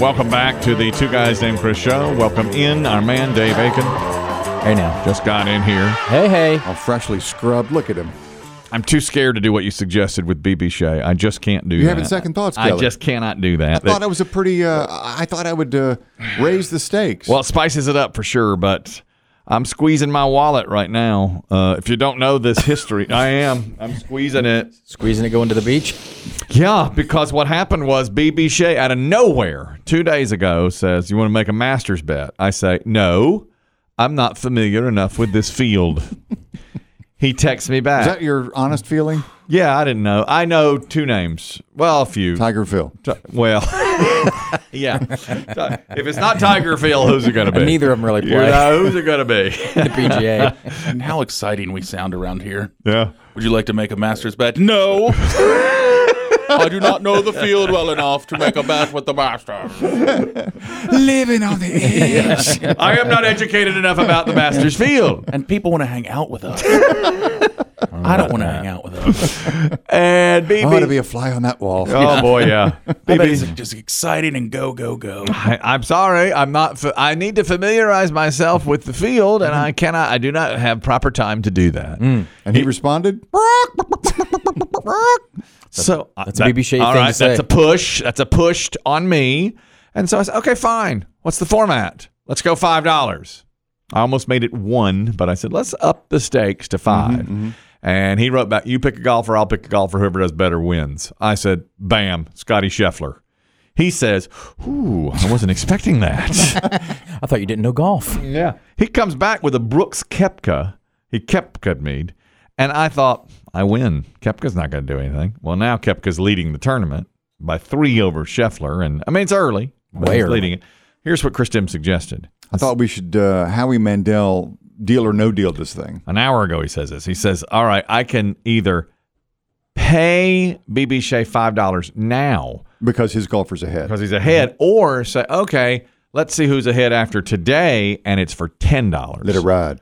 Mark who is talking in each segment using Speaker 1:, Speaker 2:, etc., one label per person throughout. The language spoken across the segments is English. Speaker 1: Welcome back to the Two Guys Named Chris show. Welcome in our man Dave Aiken.
Speaker 2: Hey now.
Speaker 1: Just got in here.
Speaker 2: Hey, hey.
Speaker 3: All freshly scrubbed. Look at him.
Speaker 1: I'm too scared to do what you suggested with BB Shea. I just can't do
Speaker 3: You
Speaker 1: that.
Speaker 3: having second thoughts,
Speaker 1: I
Speaker 3: Kelly?
Speaker 1: just cannot do that.
Speaker 3: I thought I was a pretty. Uh, I thought I would uh, raise the stakes.
Speaker 1: Well, it spices it up for sure, but I'm squeezing my wallet right now. Uh, if you don't know this history, I am. I'm squeezing it.
Speaker 2: Squeezing it going to the beach.
Speaker 1: Yeah, because what happened was BB Shea out of nowhere two days ago says, You want to make a master's bet? I say, No, I'm not familiar enough with this field. he texts me back.
Speaker 3: is that your honest feeling,
Speaker 1: yeah, I didn't know. I know two names. Well, a few.
Speaker 3: Tiger Phil?
Speaker 1: Ti- well, yeah. Ti- If it's not Tiger Phil, who's it going to be?
Speaker 2: And neither of them really play
Speaker 1: You know, who's it going to be?
Speaker 2: the PGA.
Speaker 4: And how exciting we sound around here.
Speaker 1: yeah.
Speaker 4: Would you like to make a master's bet? No. I do not know the field well enough to make a bet with the master.
Speaker 2: Living on the edge.
Speaker 1: I am not educated enough about the Masters field.
Speaker 4: And people want to hang out with us. I don't want to hang out with us.
Speaker 1: And
Speaker 3: I ought to be
Speaker 1: BB.
Speaker 3: a fly on that wall.
Speaker 1: Oh, boy, yeah.
Speaker 4: I bet it's just exciting and go, go, go.
Speaker 1: I, I'm sorry. I'm not. fa- I need to familiarize myself with the field, and
Speaker 2: Mm-hmm.
Speaker 1: I cannot. I do not have proper time to do that.
Speaker 2: Mm.
Speaker 3: And he responded.
Speaker 1: So that's
Speaker 2: a BB Shea
Speaker 1: All
Speaker 2: thing
Speaker 1: right,
Speaker 2: to
Speaker 1: that's
Speaker 2: say.
Speaker 1: a push. That's a pushed on me. And so I said, okay, fine. What's the format? Let's go five dollars. I almost made it one, but I said let's up the stakes
Speaker 2: Mm-hmm,
Speaker 1: to 5 And he wrote back, "You pick a golfer, I'll pick a golfer. Whoever does better wins." I said, "Bam, Scotty Scheffler." He says, "Ooh, I wasn't expecting that."
Speaker 2: I thought you didn't know golf.
Speaker 1: Yeah. He comes back with a Brooks Kepka. He Kepka mead. And I thought, I win. Kepka's not going to do anything. Well, now Kepka's leading the tournament by three over Scheffler. And I mean, it's early, but
Speaker 2: Way
Speaker 1: he's
Speaker 2: early.
Speaker 1: leading it. Here's what Chris Dim suggested.
Speaker 3: I thought we should uh, Howie Mandel deal or no deal this thing.
Speaker 1: An hour ago, he says this. He says, All right, I can either pay BB Shea $5 now
Speaker 3: because his golfer's ahead.
Speaker 1: because he's ahead, or say, Okay, let's see who's ahead after today, and it's for $10.
Speaker 3: Let it ride.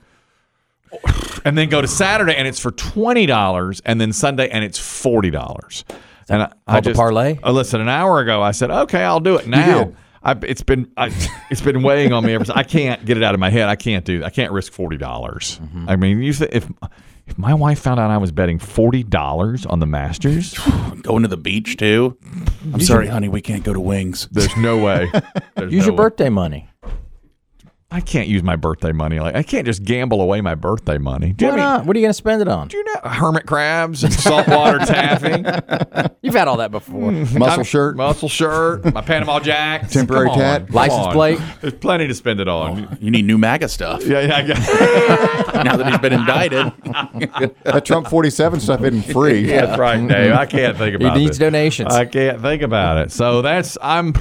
Speaker 1: and then go to Saturday and it's for twenty dollars, and then Sunday and it's forty dollars. And I, I
Speaker 2: called a
Speaker 1: just
Speaker 2: parlay?
Speaker 1: Oh, listen, an hour ago I said, okay, I'll do it now.
Speaker 3: did.
Speaker 1: I, it's been I, it's been weighing on me ever since. I can't get it out of my head. I can't do. I can't risk forty dollars.
Speaker 2: Mm-hmm.
Speaker 1: I mean, you th- if if my wife found out I was betting forty dollars on the Masters,
Speaker 4: Going to the beach, too. I'm sorry, honey, we can't go to Wings.
Speaker 1: there's no way. There's
Speaker 2: Use
Speaker 1: no
Speaker 2: your
Speaker 1: way.
Speaker 2: birthday money.
Speaker 1: I can't use my birthday money. Like I can't just gamble away my birthday money. Do you
Speaker 2: Why
Speaker 1: know what I mean?
Speaker 2: not? What are you going to spend it on?
Speaker 1: Do you know hermit crabs and saltwater taffy?
Speaker 2: You've had all that before. Oh,
Speaker 3: Muscle shirt.
Speaker 1: muscle shirt, my Panama Jacks,
Speaker 3: Temporary
Speaker 1: Come on.
Speaker 3: tat.
Speaker 1: Come
Speaker 2: License
Speaker 1: on.
Speaker 2: plate.
Speaker 1: There's plenty to spend it on.
Speaker 3: Oh.
Speaker 4: You need new MAGA stuff
Speaker 1: Yeah, yeah, I guess.
Speaker 4: now that he's been indicted.
Speaker 3: That Trump 47 stuff isn't free.
Speaker 1: that's right, Dave. I can't think
Speaker 2: He
Speaker 1: about
Speaker 2: needs
Speaker 1: this.
Speaker 2: donations.
Speaker 1: I can't think about it. So that's I'm.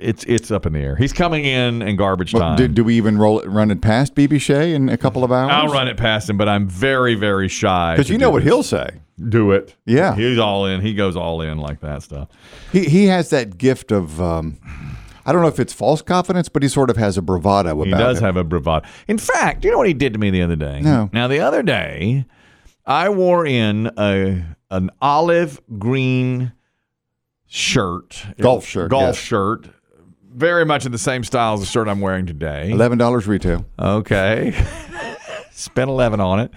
Speaker 1: It's it's up in the air. He's coming in in garbage
Speaker 3: Well,
Speaker 1: time.
Speaker 3: do, do we even roll it, run it past BB Shea in a couple of hours?
Speaker 1: I'll run it past him, but I'm very very shy.
Speaker 3: Because
Speaker 1: to
Speaker 3: you
Speaker 1: do
Speaker 3: know what
Speaker 1: this.
Speaker 3: he'll say.
Speaker 1: do it.
Speaker 3: Yeah.
Speaker 1: he's all in. He goes all in like that stuff.
Speaker 3: He he has that gift of um, I don't know if it's false confidence, but he sort of has a bravado about
Speaker 1: He does
Speaker 3: it.
Speaker 1: have a bravado. In fact, you know what he did to me the other day?
Speaker 3: No.
Speaker 1: Now the other day, I wore in a an olive green shirt.
Speaker 3: Golf shirt,
Speaker 1: Golf
Speaker 3: yes.
Speaker 1: shirt. Very much in the same style as the shirt I'm wearing today.
Speaker 3: Eleven dollars retail.
Speaker 1: Okay. Spent 11 on it.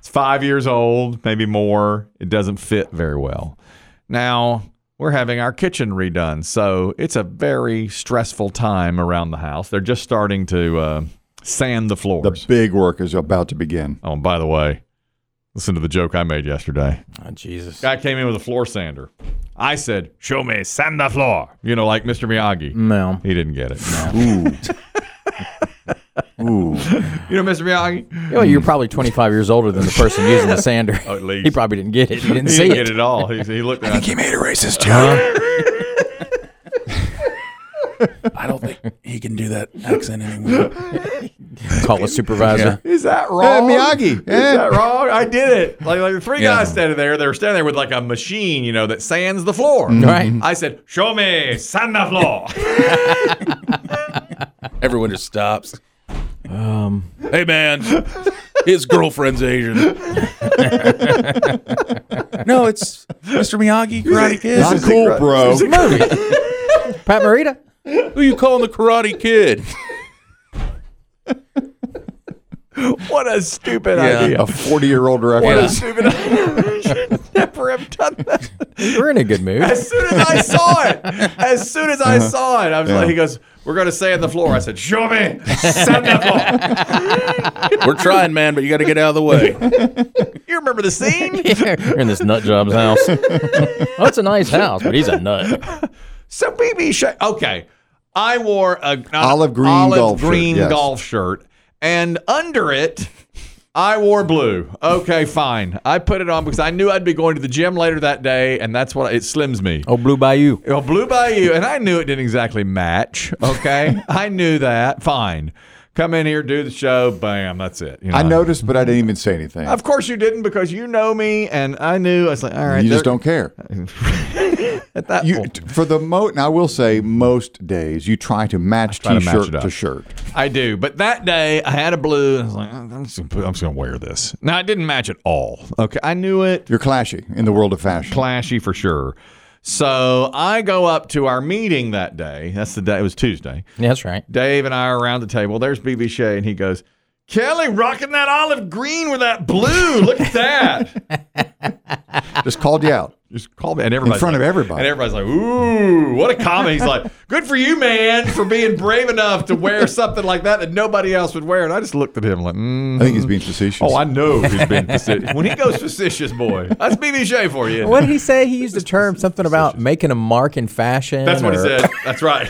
Speaker 1: It's five years old, maybe more. It doesn't fit very well. Now, We're having our kitchen redone, so it's a very stressful time around the house. They're just starting to uh, sand the floors.
Speaker 3: The big work is about to begin.
Speaker 1: Oh, and by the way, listen to the joke I made yesterday.
Speaker 2: Oh, Jesus.
Speaker 1: Guy came in with a floor sander. I said, "Show me sand the floor," you know, like Mr. Miyagi.
Speaker 2: Mm. No.
Speaker 1: He didn't get it.
Speaker 3: Ooh. Ooh.
Speaker 1: You know, Mr. Miyagi.
Speaker 2: You know, you're probably 25 years older than the person using the sander.
Speaker 1: Oh, at least.
Speaker 2: He probably didn't get it. He didn't
Speaker 1: He
Speaker 2: see
Speaker 1: didn't get
Speaker 2: it.
Speaker 1: it at all. He, he looked at
Speaker 5: He made a racist joke. I don't think he can do that accent anymore.
Speaker 2: Call a supervisor.
Speaker 1: Is that
Speaker 3: Eh,
Speaker 1: wrong?
Speaker 3: Miyagi.
Speaker 1: Is
Speaker 3: Eh.
Speaker 1: that wrong? I did it. Like, like the three
Speaker 5: Yeah.
Speaker 1: guys standing there, they were standing there with like a machine, you know, that sands the floor.
Speaker 2: Right.
Speaker 1: I said, "Show me sand the floor."
Speaker 4: Everyone just stops. Um, hey, man, his girlfriend's Asian.
Speaker 5: No, it's Mr. Miyagi, Karate Kid.
Speaker 3: Not cool, bro.
Speaker 2: Pat Morita.
Speaker 4: Who you calling the Karate Kid?
Speaker 1: what a stupid
Speaker 4: Yeah.
Speaker 1: idea!
Speaker 3: A 40 year old
Speaker 1: What
Speaker 3: reference.
Speaker 1: a stupid idea! You should never have done that.
Speaker 2: We're in a good mood.
Speaker 1: As soon as I saw it, as soon as I saw it, I was like, "He goes, we're going to sand the floor." I said, "Show me sand the floor."
Speaker 4: We're trying, man, but you got to get out of the way.
Speaker 1: You remember the scene?
Speaker 2: You're in this nut job's house. oh, it's a nice house, but he's a nut.
Speaker 1: So BB Sha okay. I wore a an
Speaker 3: Olive green
Speaker 1: olive
Speaker 3: golf shirt,
Speaker 1: green
Speaker 3: yes.
Speaker 1: golf shirt, and under it, I wore blue. Okay, fine. I put it on because I knew I'd be going to the gym later that day, and that's what it slims me.
Speaker 2: Oh, Blue Bayou.
Speaker 1: Well, Blue Bayou, and I knew it didn't exactly match. Okay, I knew that. Fine, come in here, do the show. Bam, that's it. You
Speaker 3: I noticed, but I didn't even say anything.
Speaker 1: Of course you didn't because you know me, and I knew. I was like, all right,
Speaker 3: you just
Speaker 1: they're-
Speaker 3: don't care.
Speaker 1: At that
Speaker 3: You,
Speaker 1: point.
Speaker 3: t- for the mo, and I will say, most days you try to match
Speaker 1: try to match
Speaker 3: t-shirt
Speaker 1: it up.
Speaker 3: to shirt.
Speaker 1: I do, but that day I had a blue. And I was like, I'm just, gonna put, I'm just gonna wear this. Now it didn't match at all. Okay, I knew it,
Speaker 3: You're clashy in the world of fashion.
Speaker 1: flashy for sure. So I go up to our meeting that day. That's the day. It was Tuesday.
Speaker 2: Yeah, that's right.
Speaker 1: Dave and I are around the table. There's BB Shea, and he goes, "Kelly, rocking that olive green with that blue. Look at that."
Speaker 3: just called you out.
Speaker 1: Just called me, and everybody
Speaker 3: front of
Speaker 1: like-
Speaker 3: everybody.
Speaker 1: and everybody's like, "Ooh, what a comment!" He's like, "Good for you, man, for being brave enough to wear something like that that nobody else would wear." And I just looked at him like, mm,
Speaker 3: I think he's being facetious.
Speaker 1: Oh, I know he's been facetious. when he goes facetious, boy, that's BB Shea for you.
Speaker 2: What did he say? He used a term, something about making a mark in fashion.
Speaker 1: That's what he
Speaker 2: or
Speaker 1: said. That's right.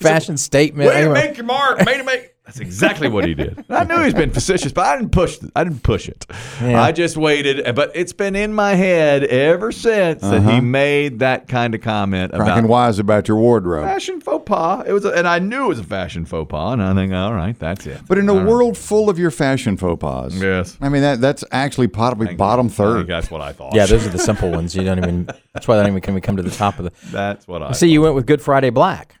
Speaker 2: Fashion statement.
Speaker 1: Way to
Speaker 2: Anyway.
Speaker 1: make your mark. Way to make. That's exactly what he did. I knew he's been facetious, but I didn't push. I didn't push it.
Speaker 2: Yeah.
Speaker 1: I just waited. But it's been in my head ever since that
Speaker 2: Uh-huh.
Speaker 1: he made that kind of comment
Speaker 3: Cracking
Speaker 1: about
Speaker 3: wise about your wardrobe.
Speaker 1: fashion faux pas. It was, a, and I knew it was a fashion faux pas. And I think, all right, that's it.
Speaker 3: But in a world full of your fashion faux pas,
Speaker 1: Yes.
Speaker 3: I mean that that's actually probably bottom
Speaker 1: I think
Speaker 3: third.
Speaker 1: that's what I thought.
Speaker 2: Yeah, those are the simple ones. You don't even. That's why they don't even can we come to the top of the.
Speaker 1: that's what I.
Speaker 2: See, you went with Good Friday Black.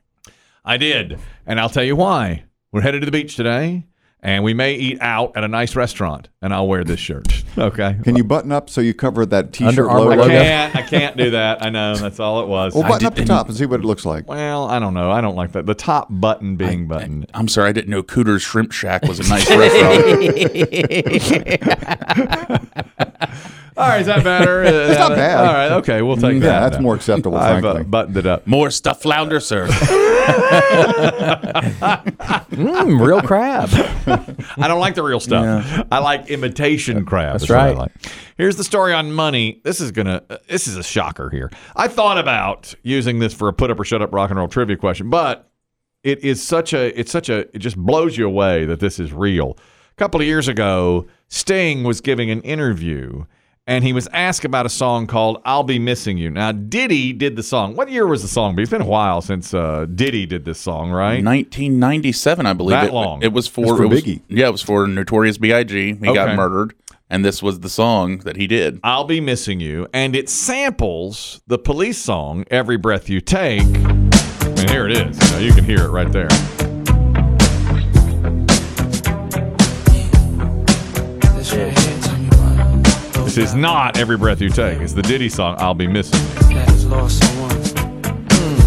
Speaker 1: I did. And I'll tell you why. We're headed to the beach today, and we may eat out at a nice restaurant, and I'll wear this shirt. Okay.
Speaker 3: Can you button up so you cover that t-shirt
Speaker 2: Under Armour
Speaker 3: logo?
Speaker 1: I
Speaker 2: logo.
Speaker 1: can't. I can't do that. I know. That's all it was.
Speaker 3: Well,
Speaker 1: I
Speaker 3: button
Speaker 1: did-
Speaker 3: up the top and see what it looks like.
Speaker 1: well, I don't know. I don't like that. The top button being buttoned.
Speaker 4: I'm sorry, I didn't know Cooter's Shrimp Shack was a nice
Speaker 2: Hmm,
Speaker 4: restaurant.
Speaker 1: All right, is that better? it's
Speaker 3: not bad.
Speaker 1: All right, okay, we'll take that.
Speaker 3: Yeah, that's
Speaker 1: now.
Speaker 3: more acceptable,
Speaker 1: I've uh,
Speaker 3: frankly.
Speaker 1: buttoned it up.
Speaker 4: More stuffed flounder, sir.
Speaker 2: Mm, real crab.
Speaker 1: I don't like the real stuff. I like imitation crabs.
Speaker 2: That's
Speaker 1: is what I
Speaker 2: right.
Speaker 1: like. Here's the story on money. This is gonna. uh, This is a shocker here. I thought about using this for a put up or shut up rock and roll trivia question, but it is such a. It's such a. It just blows you away that this is real. A couple of years ago, Sting was giving an interview. And he was asked about a song called "I'll Be Missing You." Now, Diddy did the song. What year was the song? It's been a while since uh, Diddy did this song, right?
Speaker 4: 1997, I believe.
Speaker 1: That
Speaker 4: it,
Speaker 1: long.
Speaker 4: It was for,
Speaker 3: It's for
Speaker 4: it was-
Speaker 3: Biggie.
Speaker 4: Yeah, it was for Notorious B.I.G. He
Speaker 1: Okay.
Speaker 4: got murdered, and this was the song that he did.
Speaker 1: I'll be missing you, and it samples the police song "Every Breath You Take." And here it is. You, know, you can hear it right there. This is not "Every Breath You Take." It's the Diddy song "I'll Be Missing." You.
Speaker 6: Hmm.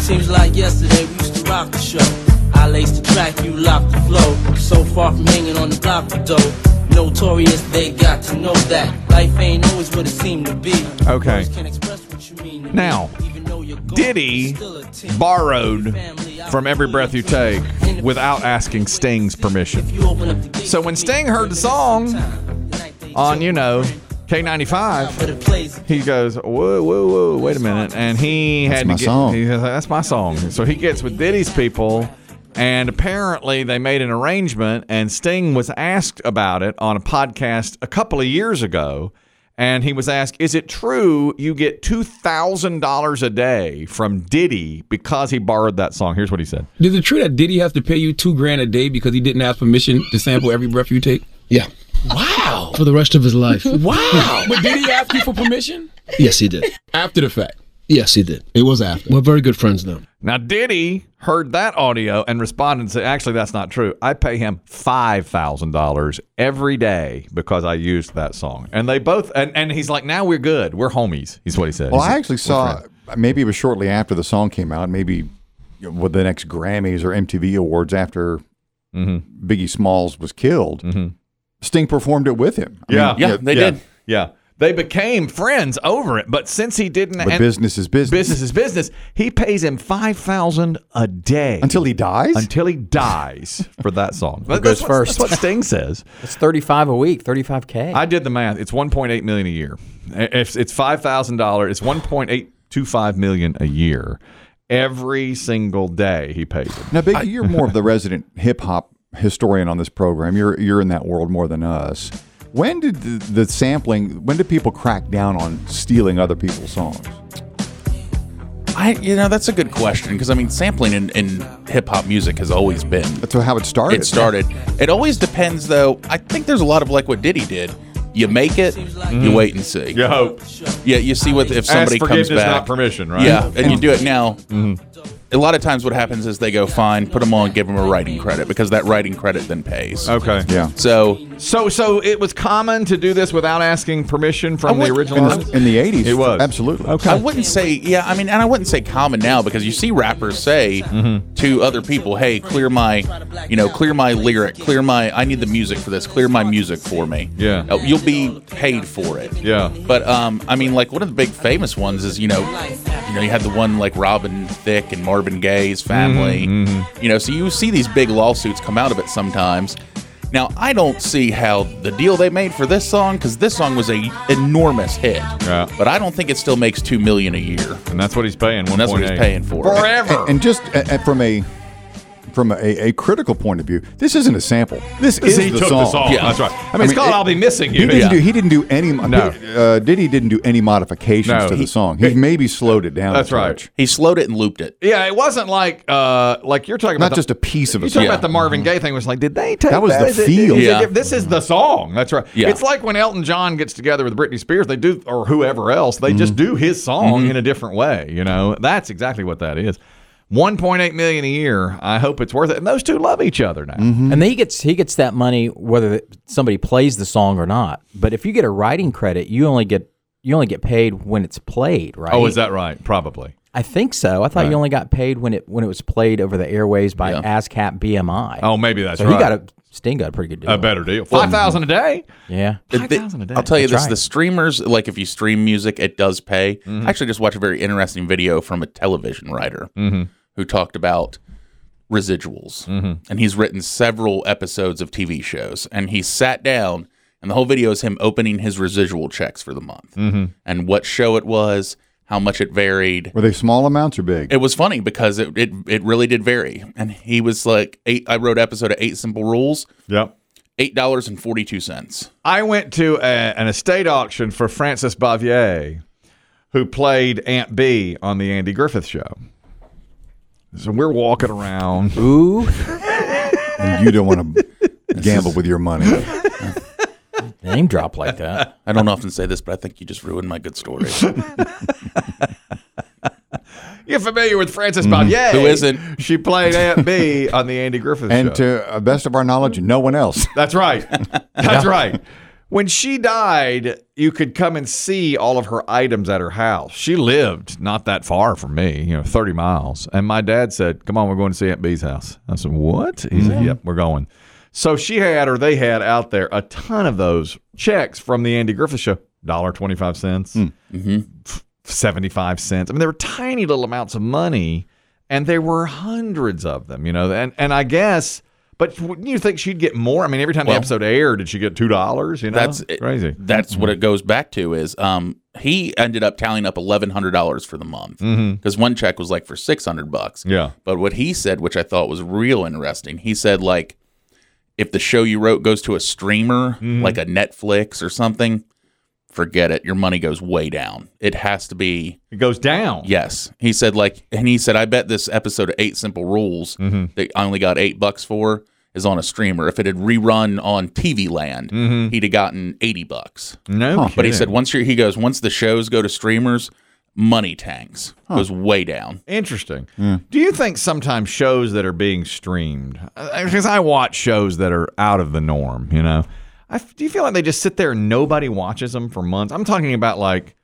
Speaker 6: Seems like yesterday we used to rock the show. I laced the track, you locked the flow. So far from hanging on the block for dough. notorious, they got to know that life ain't always what it seemed to be.
Speaker 1: Okay.
Speaker 6: Words can't express what you mean to
Speaker 1: Now,
Speaker 6: me. Even though you're gone,
Speaker 1: Diddy
Speaker 6: you're still a team.
Speaker 1: borrowed
Speaker 6: Family, I
Speaker 1: from Every Breath You Take without asking Sting's permission.
Speaker 6: If you open up the gate
Speaker 1: So when
Speaker 6: to me,
Speaker 1: Sting heard the song uh, On, you know, K95,
Speaker 6: but it plays
Speaker 1: he goes, whoa, whoa, whoa, wait a minute. And he had
Speaker 3: my
Speaker 1: to get,
Speaker 3: song.
Speaker 1: he goes, that's my song. So he gets with Diddy's people, and apparently they made an arrangement, and Sting was asked about it on a podcast a couple of years ago. And he was asked, is it true you get $2,000 a day from Diddy because he borrowed that song? Here's what he said.
Speaker 7: Is it true that Diddy has to pay you two grand a day because he didn't ask permission to sample every breath you take?
Speaker 8: Yeah.
Speaker 7: Wow.
Speaker 8: For the rest of his life.
Speaker 7: Wow. but did he ask you for permission?
Speaker 8: yes, he did.
Speaker 7: After the fact.
Speaker 8: Yes, he did.
Speaker 7: It was after.
Speaker 8: We're very good friends now.
Speaker 1: Now, Diddy heard that audio and responded and said, Actually, that's not true. I pay him $5,000 every day because I used that song. And they both, and, and he's like, Now we're good. We're homies, is what he said.
Speaker 3: Well,
Speaker 1: He
Speaker 3: I
Speaker 1: said,
Speaker 3: actually saw. Maybe it was shortly after the song came out. Maybe you know, with the next Grammys or MTV Awards after
Speaker 1: Mm-hmm.
Speaker 3: Biggie Smalls was killed, Sting performed it with him. I
Speaker 1: Yeah.
Speaker 3: mean,
Speaker 4: Yeah, they did.
Speaker 1: Yeah. They became friends over it. But since he didn't,
Speaker 3: But
Speaker 1: and
Speaker 3: business is business.
Speaker 1: business is business, he pays him 5000 a day.
Speaker 3: until he dies.
Speaker 1: until he dies for that song. That-
Speaker 2: goes
Speaker 1: that's what-
Speaker 2: first?
Speaker 1: That's what Sting says.
Speaker 2: It's 35 a week, 35K.
Speaker 1: I did the math. It's 1.8 million a year. If it's five thousand dollars, it's 1.825 million a year. Every single day he pays it.
Speaker 3: now, Biggie, you're more of the resident hip hop historian on this program. You're you're in that world more than us. When did the, the sampling? When did people crack down on stealing other people's songs?
Speaker 5: I, you know, that's a good question because I mean, sampling in, in hip hop music has always been
Speaker 3: That's how it started.
Speaker 5: it started. It always depends, though. I think there's a lot of like what Diddy did. You make it, you wait and see.
Speaker 1: You hope
Speaker 5: Yeah, you see what if somebody
Speaker 1: Mm-hmm. Ask
Speaker 5: comes
Speaker 1: forgiveness,
Speaker 5: back.
Speaker 1: not permission, right? Mm-hmm.
Speaker 5: Yeah, and you do it now. A lot of times, what happens is they go fine, put them on, give them a writing credit because that writing credit then pays.
Speaker 1: Okay.
Speaker 3: Yeah.
Speaker 5: So
Speaker 1: So so it was common to do this without asking permission from the original.
Speaker 3: In
Speaker 1: artist?
Speaker 3: the, in the 80s.
Speaker 1: It was.
Speaker 3: Absolutely.
Speaker 1: Okay.
Speaker 5: I wouldn't say yeah. I mean, and I wouldn't say common now because you see rappers say to other people, "Hey, clear my, you know, clear my lyric, clear my. I need the music for this. Clear my music for me.
Speaker 1: Yeah.
Speaker 5: Uh, you'll be paid for it.
Speaker 1: Yeah.
Speaker 5: But um, I mean, like one of the big famous ones is you know, you know, you had the one like Robin Thicke and Marvin Gaye's family. You know, so you see these big lawsuits come out of it sometimes. Now I don't see how the deal they made for this song because this song was a enormous hit.
Speaker 1: Yeah.
Speaker 5: But I don't think it still makes two million a year.
Speaker 1: and that's what he's paying. 1.8.
Speaker 5: And that's what he's paying for.
Speaker 1: forever.
Speaker 3: And just a, a- from a from a, a critical point of view, this isn't a sample. This is
Speaker 1: he
Speaker 3: the
Speaker 1: took
Speaker 3: song.
Speaker 1: the song.
Speaker 5: Yeah.
Speaker 1: That's right. I mean,
Speaker 3: mean,
Speaker 1: it's called
Speaker 3: it-
Speaker 1: "I'll Be Missing
Speaker 3: He
Speaker 1: You."
Speaker 3: didn't,
Speaker 5: Yeah.
Speaker 3: do, he didn't do any. mo-
Speaker 1: No.
Speaker 3: uh, Diddy didn't do any modifications
Speaker 1: No.
Speaker 3: to
Speaker 1: He-
Speaker 3: the song. He maybe slowed it down.
Speaker 1: That's
Speaker 3: a
Speaker 1: right.
Speaker 3: touch.
Speaker 5: He slowed it and looped it.
Speaker 1: Yeah, it wasn't like uh like you're talking about
Speaker 3: Not
Speaker 1: the-
Speaker 3: just a piece of
Speaker 1: You
Speaker 3: a
Speaker 1: talk
Speaker 3: song.
Speaker 1: about the Marvin Gaye thing. Was like, did they take
Speaker 3: That was the
Speaker 1: Is it-
Speaker 3: feel.
Speaker 1: is it
Speaker 5: Yeah.
Speaker 1: diff- this is the song. That's right.
Speaker 5: Yeah.
Speaker 1: It's like when Elton John gets together with Britney Spears, they do or whoever else, they
Speaker 3: Mm-hmm.
Speaker 1: just do his song in a different way. You know, that's exactly what that is. 1.8 million a year. I hope it's worth it. And those two love each other now.
Speaker 3: Mm-hmm.
Speaker 2: And then he gets he gets that money whether somebody plays the song or not. But if you get a writing credit, you only get you only get paid when it's played, right?
Speaker 1: Oh, is that right? Probably.
Speaker 2: I think so. I thought you only got paid when it when it was played over the airways by ASCAP BMI.
Speaker 1: Oh, maybe that's
Speaker 2: so
Speaker 1: right.
Speaker 2: he got a Sting got a pretty good deal.
Speaker 1: a better deal. Five thousand a day.
Speaker 2: Yeah.
Speaker 5: It- they-
Speaker 1: 5,000 a day.
Speaker 5: I'll tell you this:
Speaker 2: right.
Speaker 5: the streamers, like if you stream music, it does pay. I actually just watched a very interesting video from a television writer who talked about residuals, and he's written several episodes of TV shows, and he sat down, and the whole video is him opening his residual checks for the month, and what show it was, how much it varied,
Speaker 3: Were they small amounts or big?
Speaker 5: it was funny because it, it it really did vary. And he was like, eight, I wrote an episode of Eight Simple Rules,
Speaker 1: Yep.
Speaker 5: eight dollars and forty two cents.
Speaker 1: I went to a, an estate auction for Francis Bavier, who played Aunt B on the Andy Griffith Show. So we're walking around.
Speaker 2: Ooh.
Speaker 3: and you don't want to gamble with your money.
Speaker 2: Name drop like that.
Speaker 5: I don't often say this, but I think you just ruined my good story.
Speaker 1: You're familiar with Francis Bavier.
Speaker 5: Who isn't?
Speaker 1: She played Aunt B on the Andy Griffith Show.
Speaker 3: and to uh, best of our knowledge, no one else.
Speaker 1: That's right. That's right. When she died, you could come and see all of her items at her house. She lived not that far from me, you know, 30 miles. And my dad said, Come on, we're going to see Aunt B's house. I said, What? He said, Yep, we're going. So she had, or they had out there, a ton of those checks from the Andy Griffith Show. Dollar twenty five cents, f- seventy five cents. I mean, they were tiny little amounts of money, and there were hundreds of them. You know, and and I guess, but wouldn't you think she'd get more? I mean, every time
Speaker 5: Well-
Speaker 1: the episode aired, did she get two dollars? You know,
Speaker 5: That's
Speaker 1: crazy. Mm-hmm.
Speaker 5: That's what it goes back to is um he ended up tallying up eleven hundred dollars for the month because one check was like for six hundred bucks.
Speaker 1: Mm-hmm. Yeah.
Speaker 5: But what he said, which I thought was real interesting, he said like if the show you wrote goes to a streamer
Speaker 1: Mm-hmm.
Speaker 5: like a Netflix or something, forget it. Your money goes way down. It has to be
Speaker 1: It goes down.
Speaker 5: yes. He said like and he said I bet this episode of Eight Simple Rules that I only got eight bucks for. Is on a streamer. If it had rerun on TV Land, he'd have gotten eighty bucks.
Speaker 1: No,
Speaker 5: But he
Speaker 1: kidding.
Speaker 5: said once you're, he goes once the shows go to streamers, money tanks goes way down.
Speaker 1: Interesting. Do you think sometimes shows that are being streamed, uh, because I watch shows that are out of the norm, you know, I f do you feel like they just sit there and nobody watches them for months? I'm talking about like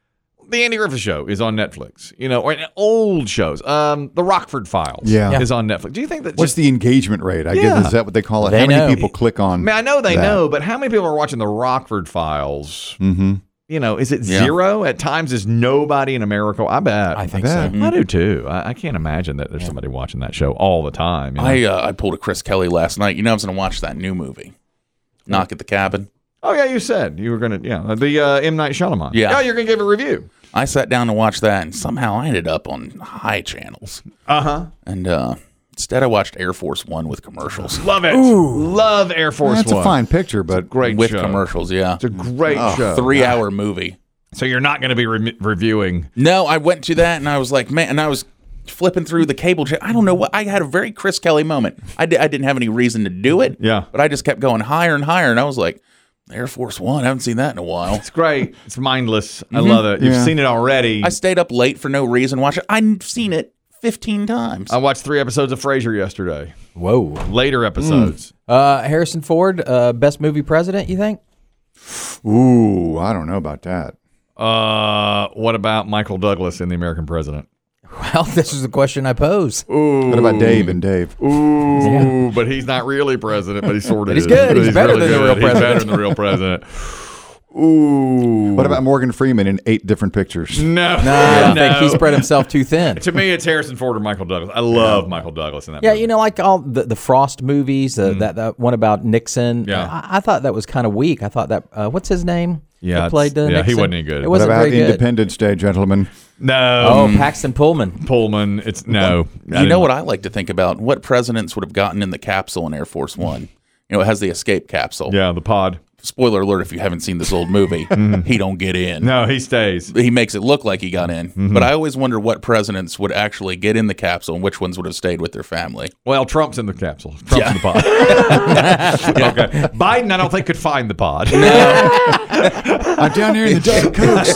Speaker 1: the Andy Griffith Show is on Netflix, you know, or and old shows. Um, the Rockford Files,
Speaker 3: Yeah. Yeah.
Speaker 1: is on Netflix. Do you think that?
Speaker 3: What's
Speaker 1: just-
Speaker 3: the engagement rate? I guess
Speaker 1: Yeah.
Speaker 3: is that what they call it?
Speaker 2: They
Speaker 3: How many
Speaker 2: know.
Speaker 3: people click on?
Speaker 1: I mean, I know they
Speaker 3: that?
Speaker 1: know, but how many people are watching the Rockford Files?
Speaker 3: Mm-hmm.
Speaker 1: You know, is it
Speaker 5: Yeah.
Speaker 1: zero? At times, is nobody in America? I bet.
Speaker 2: I think
Speaker 3: bet.
Speaker 2: so.
Speaker 1: I do too. I, I can't imagine that there's somebody watching that show all the time. you know?
Speaker 5: I uh, I pulled a Chris Kelly last night. You know I was going to watch that new movie, Knock at the Cabin.
Speaker 1: Oh yeah, you said you were gonna yeah the uh, M Night Shyamalan.
Speaker 5: Yeah.
Speaker 1: oh you're gonna give a review.
Speaker 5: I sat down to watch that, and somehow I ended up on high channels.
Speaker 1: Uh huh.
Speaker 5: And uh, instead, I watched Air Force One with commercials.
Speaker 1: Love it. Love Air Force
Speaker 3: That's
Speaker 1: One.
Speaker 3: a fine picture, but
Speaker 1: great
Speaker 5: with
Speaker 1: show.
Speaker 5: commercials, yeah,
Speaker 1: It's a great show.
Speaker 5: three hour movie.
Speaker 1: So you're not gonna be re- reviewing.
Speaker 5: No, I went to that and I was like, man, and I was flipping through the cable. cha- I don't know what I had a very Chris Kelly moment. I di- I didn't have any reason to do it.
Speaker 1: Yeah.
Speaker 5: but I just kept going higher and higher, and I was like, Air Force One. I haven't seen that in a while.
Speaker 1: It's great. It's mindless. I love it. You've
Speaker 3: Yeah.
Speaker 1: seen it already.
Speaker 5: I
Speaker 1: I,
Speaker 5: stayed up late for no reason watching. I've seen it fifteen times.
Speaker 1: watched three episodes of Frasier yesterday.
Speaker 2: Whoa.
Speaker 1: Later episodes.
Speaker 2: Uh, Harrison Ford, uh, best movie president, you think?
Speaker 3: ooh, I don't know about that.
Speaker 1: Uh, what about Michael Douglas in The American President?
Speaker 2: Well, this is the question I pose.
Speaker 3: What about Dave and Dave?
Speaker 1: Ooh, but he's not really president, but he sort of
Speaker 2: But he's
Speaker 1: is.
Speaker 2: good.
Speaker 1: But
Speaker 2: He's better than the real
Speaker 1: He's better than the real president. Ooh.
Speaker 3: What about Morgan Freeman in eight different pictures?
Speaker 1: No.
Speaker 2: No, I don't think he spread himself too thin.
Speaker 1: to me, it's Harrison Ford or Michael Douglas. I love Michael Douglas in that.
Speaker 2: Yeah,
Speaker 1: movie.
Speaker 2: you know, like all the, the Frost movies, uh, that that one about Nixon.
Speaker 1: Mm. Yeah.
Speaker 2: I, I thought that was kind of weak. I thought that uh, what's his name?
Speaker 1: Yeah,
Speaker 2: that
Speaker 1: it's-
Speaker 2: played uh,
Speaker 1: yeah, he
Speaker 2: Nixon?
Speaker 1: wasn't any good. Mm.
Speaker 2: It
Speaker 3: What
Speaker 2: wasn't
Speaker 3: about
Speaker 2: very good.
Speaker 3: Independence Day, gentlemen?
Speaker 1: no.
Speaker 2: oh, Paxton Pullman.
Speaker 1: Pullman. It's no.
Speaker 5: you know what I like to think about? What presidents would have gotten in the capsule in Air Force One? You know, it has the escape capsule.
Speaker 1: Yeah, the pod.
Speaker 5: Spoiler alert: if you haven't seen this old movie, he don't get in.
Speaker 1: No, he stays.
Speaker 5: he makes it look like he got in. But I always wonder what presidents would actually get in the capsule and which ones would have stayed with their family.
Speaker 1: Well, Trump's in the capsule. Trump's in the pod. Yeah, okay. Biden, I don't think could find the pod.
Speaker 3: I'm down here in the Diet Cokes.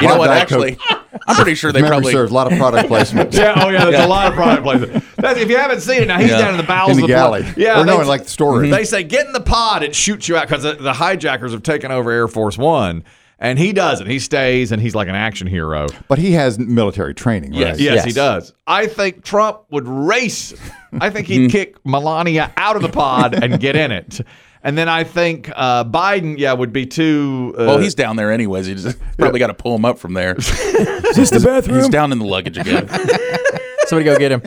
Speaker 5: You know
Speaker 3: Lot of
Speaker 5: what?
Speaker 3: Diet
Speaker 5: Actually, I'm pretty sure they
Speaker 3: Memory
Speaker 5: probably.
Speaker 3: serves, a lot of product placement.
Speaker 1: Yeah, oh yeah, there's a lot of product places. That's, if you haven't seen it, now he's
Speaker 5: Yeah.
Speaker 1: down in the bowels
Speaker 3: In the
Speaker 1: of pla-
Speaker 3: galley.
Speaker 1: Yeah,
Speaker 3: Or no,
Speaker 1: they- Mm-hmm.
Speaker 3: in, like, the storage.
Speaker 1: They say get in the pod, it shoots you out because the, the hijackers have taken over Air Force One, and he doesn't. He stays, and he's like an action hero.
Speaker 3: But he has military training,
Speaker 5: Yes.
Speaker 3: right?
Speaker 1: Yes,
Speaker 2: Yes.
Speaker 1: he does. I think Trump would race. I think
Speaker 5: Mm-hmm.
Speaker 1: he'd kick Melania out of the pod and get in it. And then I think uh, Biden, yeah, would be too. Uh,
Speaker 5: well, he's down there anyways. He just probably got to pull him up from there.
Speaker 2: Is this the
Speaker 5: He's
Speaker 2: bathroom?
Speaker 5: down in the luggage again.
Speaker 2: Somebody go get him.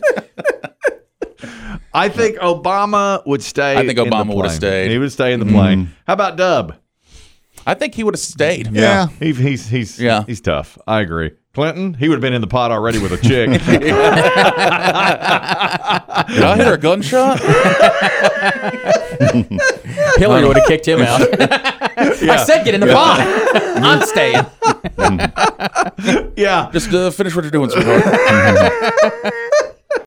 Speaker 1: I think Obama would stay.
Speaker 5: I think
Speaker 1: in the
Speaker 5: Obama would've
Speaker 1: plane.
Speaker 5: stayed. Mm-hmm.
Speaker 1: He would stay in the plane. How about Dub?
Speaker 5: I think he would have stayed.
Speaker 3: Yeah.
Speaker 1: He, he's he's
Speaker 5: Yeah.
Speaker 1: he's tough. I agree. Clinton, he would have been in the pot already with a chick.
Speaker 5: Did I hear a gunshot?
Speaker 2: Hillary would have kicked him out. I said get in the pod. I'm staying.
Speaker 1: yeah.
Speaker 5: Just uh, finish what you're doing, sweetheart.